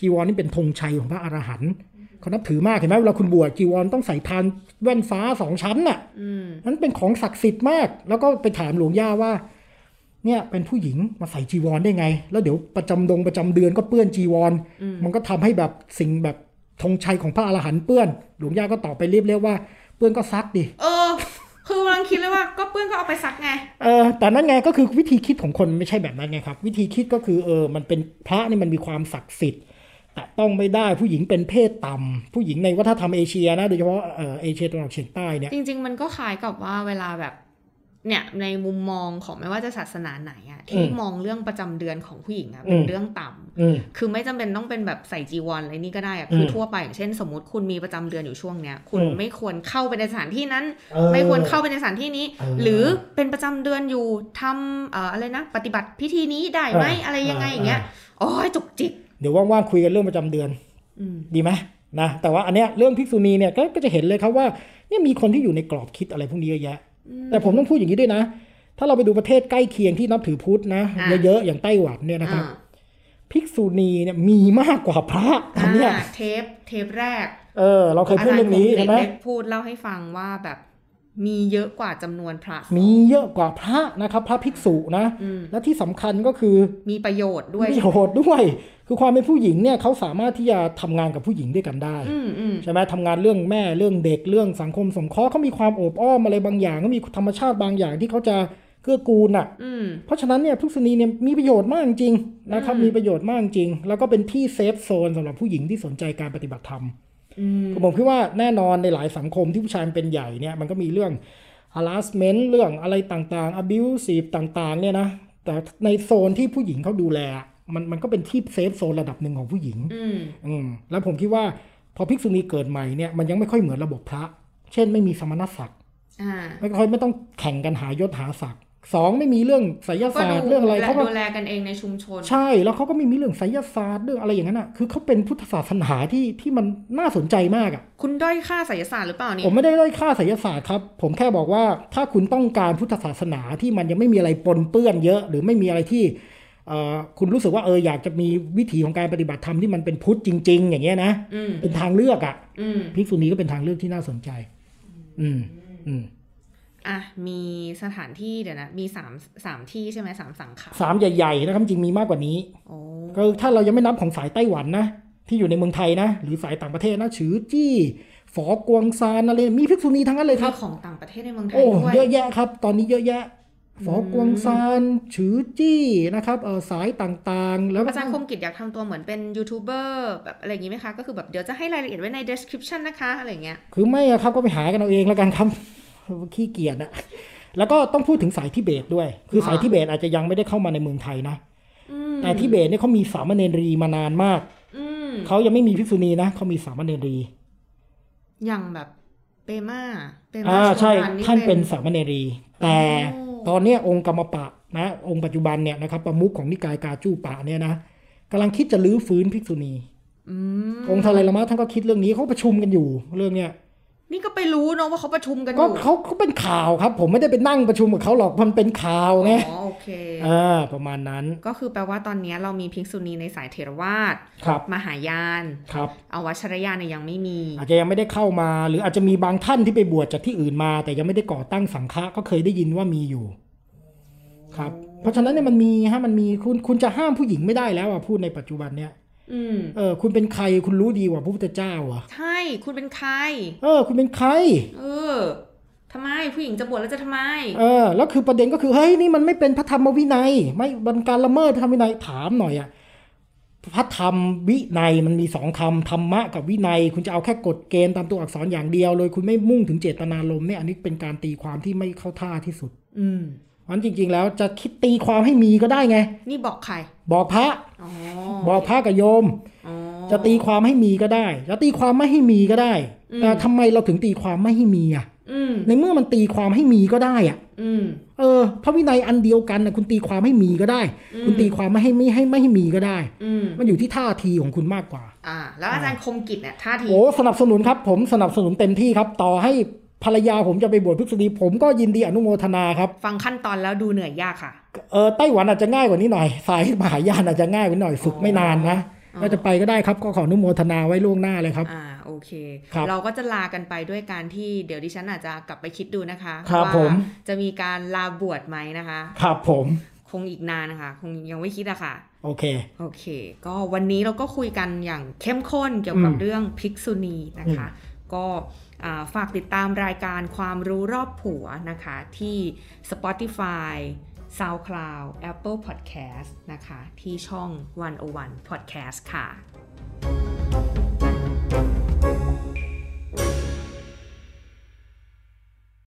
Speaker 3: จีวรนี่เป็นธงชัยของพระอรหันต์เขานับถือมากเห็นไหมเวลาคุณบวชจีวรต้องใส่พานแว่นฟ้าสองชั้นน่ะ
Speaker 2: อืม
Speaker 3: นั้นเป็นของศักดิ์สิทธิ์มาก แล้วก็ไปถามหลวงย่าว่า เนี่ยเป็นผู้หญิงมาใส่จีวรได้ไง แล้วเดี๋ยวประจำดงประจำเดือนก็เปื้อนจีวร
Speaker 2: อืม
Speaker 3: มันก็ทำให้แบบสิ่งแบบธงชัยของพระอรหันต์เปื้อน หลวงย่าก็ตอบไปเรียบๆว่า เปื้อนก็ซักดิ
Speaker 2: เออ คือกำลังคิดเลยว่าก็เปื้อนก็เอาไปซักไง
Speaker 3: เออแต่นั่นไงก็คือวิธีคิดของคนไม่ใช่แบบนั้นไงครับ วิธีคิดก็คือเออมันเป็นพระนี่มันมีความศักดิ์สิทธิ์แต่ต้องไม่ได้ผู้หญิงเป็นเพศต่ำผู้หญิงในวัฒนธรรมเอเชียนะโดยเฉพาะเออเอเชียตะวันออกเฉียงใต้เนี่ย
Speaker 2: จริง ๆ มันก็คล้ายกับว่าเวลาแบบ เนี่ยในมุมมองของไม่ว่าจะศาสนาไหนอะที่มองเรื่องประจำเดือนของผู้หญิงอะเป็นเรื่องต่ำ
Speaker 3: อืม
Speaker 2: คือไม่จำเป็นต้องเป็นแบบใส่จีวรอะไรนี่ก็ได้อะคืออ
Speaker 3: ม
Speaker 2: ทั่วไปอย่างเช่นสมมติคุณมีประจำเดือนอยู่ช่วงเนี้ยคุณ
Speaker 3: อืม
Speaker 2: ไม่ควรเข้าไปในสถานที่นั้น
Speaker 3: ออ
Speaker 2: ไม่ควรเข้าไปในสถานที่นี้
Speaker 3: เออ
Speaker 2: หรือเป็นประจำเดือนอยู่ทำเอ่ออะไรนะ ปฏิบัติพิธีนี้ได้ไหม
Speaker 3: เอออ
Speaker 2: อะไรยังไง
Speaker 3: เออ
Speaker 2: อ
Speaker 3: อ
Speaker 2: ย่างเงี้ยโอ้ยจุกจิก
Speaker 3: เดี๋ยวว่างๆคุยกันเรื่องประจำเดือน
Speaker 2: อืม
Speaker 3: ดีไหมนะแต่ว่าอันเนี้ยเรื่องภิกษุณีเนี่ยก็ก็จะเห็นเลยครับว่าเนี่ยมีคนที่อยู่ในกรอบคิดอะไรพวกนี้เยอะแยะ แต่ผมต้องพูดอย่างนี้ด้วยนะ ถ้าเราไปดูประเทศใกล้เคียงที่นับถือพุทธนะเยอะๆอย่างไต้หวันเนี่ยนะครับ
Speaker 2: อ่า
Speaker 3: ภิกษุณีเนี่ยมีมากกว่าพระอันเนี้ย
Speaker 2: อ่าเทปเทปแรก
Speaker 3: เออเราเคยพูดเรื่องนี้ใช่ไหม
Speaker 2: าจารย์ผมเล็กๆพูดเล่าให้ฟังว่าแบบมีเยอะกว่าจำนวนพระ
Speaker 3: มีเยอะกว่าพระนะครับ พระภิกษุนะ
Speaker 2: อืม
Speaker 3: และที่สำคัญก็คือ
Speaker 2: มีประโยชน์ด้
Speaker 3: ป
Speaker 2: วย
Speaker 3: ระโยชน์ด้วย คือความเป็นผู้หญิงเนี่ยเขาสามารถที่จะทำงานกับผู้หญิงด้วยกันได้
Speaker 2: อืมอืม
Speaker 3: ใช่ไหมทำงานเรื่องแม่เรื่องเด็กเรื่องสังคมสงเคราะห์เขามีความโอบอ้อมอะไรบางอย่างก็มีธรรมชาติบางอย่างที่เขาจะเกื้อกูลอ่ะ
Speaker 2: อืม
Speaker 3: เพราะฉะนั้นเนี่ยทุกสนีเนี่ยมีประโยชน์มากจริงนะครับ
Speaker 2: อืม
Speaker 3: มีประโยชน์มากจริง แล้วก็เป็นที่เซฟโซนสำหรับผู้หญิงที่สนใจการปฏิบัติธรรม
Speaker 2: อืม
Speaker 3: คือผมคิดว่าแน่นอนในหลายสังคมที่ผู้ชายเป็นใหญ่เนี่ยมันก็มีเรื่อง harassment เรื่องอะไรต่างๆ abusive ต่างๆเนี่ยนะแต่ในโซนที่ผู้หญิงเขาดูแล มันมันก็เป็นที่เซฟโซนระดับหนึ่งของผู้หญิง
Speaker 2: อืม
Speaker 3: อืมแล้วผมคิดว่าพอภิกษุณีเกิดใหม่เนี่ยมันยังไม่ค่อยเหมือนระบบพระ เช่นไม่มีสมณศักดิ์
Speaker 2: อ่า
Speaker 3: ไม่ค่อยไม่ต้องแข่งกันหายศหาศักดิ์สองไม่มีเรื่องไสย
Speaker 2: ก็
Speaker 3: ศาสตร์
Speaker 2: ดู
Speaker 3: เรื่องอะไรเขาก็
Speaker 2: ดูแลกันเองในชุมชน
Speaker 3: ใช่ แล้วเขาก็ไม่มีเรื่องไสยศาสตร์เรื่องอะไรอย่างนั้นอ่ะคือเขาเป็นพุทธศาสนาที่ที่มันน่าสนใจมากอ่ะ
Speaker 2: คุณด้อยค่าไสยศาสตร์หรือเปล่าเนี่
Speaker 3: ผ
Speaker 2: ย
Speaker 3: มไม่ได้ด้อยค่าไสยศาสตร์ครับ ผมแค่บอกว่าถ้าคุณต้องการพุทธศาสนาที่มันยังไม่มีอะไรปนเปื้อนเยอะ หรือไม่มีอะไรที่เอ่อคุณรู้สึกว่าเอออยากจะมีวิถีของการปฏิบัติธรรมที่มันเป็นพุทธจริง ๆ อย่างเงี้ยนะ
Speaker 2: อืม
Speaker 3: เป็นทางเลือกอะ่ะ
Speaker 2: อืม
Speaker 3: ภิกษุณีก็เป็นทางเลือกที่น่าสนใจ อืมอืม
Speaker 2: อ่ะมีสถานที่เดี๋ยวนะ มีสามสามที่ใช่ไหมสามสังขาร
Speaker 3: สามใหญ่ๆนะครับจริงมีมากกว่านี้
Speaker 2: โอ้
Speaker 3: ก็ถ้าเรายังไม่นับของสายไต้หวันนะ ที่อยู่ในเมืองไทยนะ หรือสายต่างประเทศนะชือจี้ฝอกวงซานอะไรมีภิกษุณีทั้งนั้นเลยค
Speaker 2: มี
Speaker 3: รับ
Speaker 2: ของต่างประเทศในเมืองไทย
Speaker 3: โอ้
Speaker 2: ด้วย
Speaker 3: เยอะแยะครับ ตอนนี้เยอะแยะ ฝอกวงซานฉือจี้นะครับเออสายต่างๆ แล้ว
Speaker 2: อาจารย์คมกิจอยากทำตัวเหมือนเป็นยูทูบเบอร์แบบอะไรอย่างนี้ไหมคะ ก็คือแบบเดี๋ยวจะให้รายละเอียดไว้ใน description นะคะอะไรอย่างเงี้ย
Speaker 3: คือไม่อะครับ ก็ไปหากันเอาเองแล้วกันครับ ขี้เกียจอะแล้วก็ต้องพูดถึงสายทิเบตด้วย คือสาย
Speaker 2: อ่า
Speaker 3: ทิเบตอาจจะยังไม่ได้เข้ามาในเมืองไทยนะ
Speaker 2: อืม
Speaker 3: แต่ทิเบตเนี่ยเขามีสามเณรีมานานมาก
Speaker 2: อืม
Speaker 3: เขายังไม่มีภิกษุณีนะเขามีสามเณรี
Speaker 2: อย่างแบบเปมาเปมา
Speaker 3: อ่าใช่
Speaker 2: วรั
Speaker 3: ท่านเป็นสามเณรี แต่
Speaker 2: โอ้
Speaker 3: ตอนเนี้ยองค์กรรมปะนะ องค์ปัจจุบันเนี่ยนะครับประมุขของนิกายกาจูปะเนี่ยนะกำลังคิดจะลื้อฟื้นภิกษุณี
Speaker 2: อืม
Speaker 3: องค์ทาไลลามะท่านก็คิดเรื่องนี้เขาประชุมกันอยู่เรื่องเนี้ย
Speaker 2: นี่ก็ไปรู้เนาะว่าเขาประชุมกันอ
Speaker 3: ก็
Speaker 2: ยู่
Speaker 3: เขาเขาเป็นข่าวครับ ผมไม่ได้ไปนั่งประชุมกับเขาหรอกมันเป็นข่าวไง
Speaker 2: อ๋อโอเค
Speaker 3: เออประมาณนั้น
Speaker 2: ก็คือแปลว่าตอนเนี้ยเรามีภิกษุณีในสายเถรวาท
Speaker 3: ครับ
Speaker 2: มหายาน
Speaker 3: ครับ
Speaker 2: อวัชรยานเนี่ยยังไม่มี
Speaker 3: อาจจะยังไม่ได้เข้ามา หรืออาจจะมีบางท่านที่ไปบวชจากที่อื่นมา แต่ยังไม่ได้ก่อตั้งสังฆะก็เคยได้ยินว่ามีอยู่ ครับ เพราะฉะนั้นเนี่ยมันมีฮะมันมีคุณคุณจะห้ามผู้หญิงไม่ได้แล้วอ่ะพูดในปัจจุบันเนี่ย
Speaker 2: อืม
Speaker 3: เออคุณเป็นใครคุณรู้ดีกว่าพระพุทธเจ้าอ่ะ
Speaker 2: ใช่คุณเป็นใคร
Speaker 3: เออ คุณเป็นใคร
Speaker 2: เออทำไมผู้หญิงจะบวชแล้วจะทำไม
Speaker 3: เออแล้วคือประเด็นก็คือเฮ้ยนี่มันไม่เป็นพระธรรมวินัย ไม่บันการละเมิดพระธรรมวินัยถามหน่อยอะพระธรรมวินัยมันมีสองคำธรรมะกับวินัย คุณจะเอาแค่กฎเกณฑ์ตามตัวอักษรอย่างเดียวเลย คุณไม่มุ่งถึงเจตนารมณ์เนี่ยอันนี้เป็นการตีความที่ไม่เข้าท่าที่สุด
Speaker 2: อืม
Speaker 3: เพราะฉะนั้นจริง ๆ แล้วจะคิดตีความให้มีก็ได้ไง
Speaker 2: นี่บอกใคร
Speaker 3: บอกพระ
Speaker 2: อ๋อ
Speaker 3: บอกพระกับโยม
Speaker 2: อ๋อ
Speaker 3: จะตีความให้มีก็ได้ จะตีความไม่ให้มีก็ได้
Speaker 2: อืม
Speaker 3: แต่ทำไมเราถึงตีความไม่ให้มีอะ
Speaker 2: อืม
Speaker 3: ในเมื่อมันตีความให้มีก็ได้อะ
Speaker 2: อืม
Speaker 3: เออพระวินัยอันเดียวกันนะคุณตีความให้มีก็ได้
Speaker 2: อืม
Speaker 3: คุณตีความไม่ให้ไม่ให้ไม่ให้มีก็ได้
Speaker 2: อืม
Speaker 3: มันอยู่ที่ท่าทีของคุณมากกว่า
Speaker 2: อ่า แล้วอาจารย์คมกิจเนี่ยท่าที
Speaker 3: โอ้สนับสนุนครับ ผมสนับสนุนเต็มที่ครับ ต่อให้ภรรยาผมจะไปบวชพิกษุณีผมก็ยินดีอนุโมทนาครับ
Speaker 2: ฟังขั้นตอนแล้วดูเหนื่อยยากค่ะ
Speaker 3: เออไต้หวันอาจจะง่ายกว่านี้หน่อย สายมหายานอาจจะง่ายกว่านี้หน่อยฝึกไม่นานนะ
Speaker 2: อ๋อ
Speaker 3: ก็จะไปก็ได้ครับก็ขออนุโมทนาไว้ล่วงหน้าเลยครับ
Speaker 2: อ่า โอเค
Speaker 3: ครับ
Speaker 2: เราก็จะลากันไปด้วยการที่เดี๋ยวดิฉันอาจจะกลับไปคิดดูนะคะ
Speaker 3: ครับ
Speaker 2: ว่า
Speaker 3: ผม
Speaker 2: จะมีการลาบวชไหมนะคะ
Speaker 3: ครับผม
Speaker 2: คงอีกนานนะคะ คงยังไม่คิดอะค่ะ
Speaker 3: โอเค
Speaker 2: โอเค ก็วันนี้เราก็คุยกันอย่างเข้มข้นเกี่ยวกับ
Speaker 3: อืม
Speaker 2: เรื่องภิกษุณีนะคะ ก็อ่าฝากติดตามรายการความรู้รอบผัวนะคะ ที่ Spotify SoundCloud Apple Podcast นะคะ ที่ช่อง 101 Podcast ค่ะ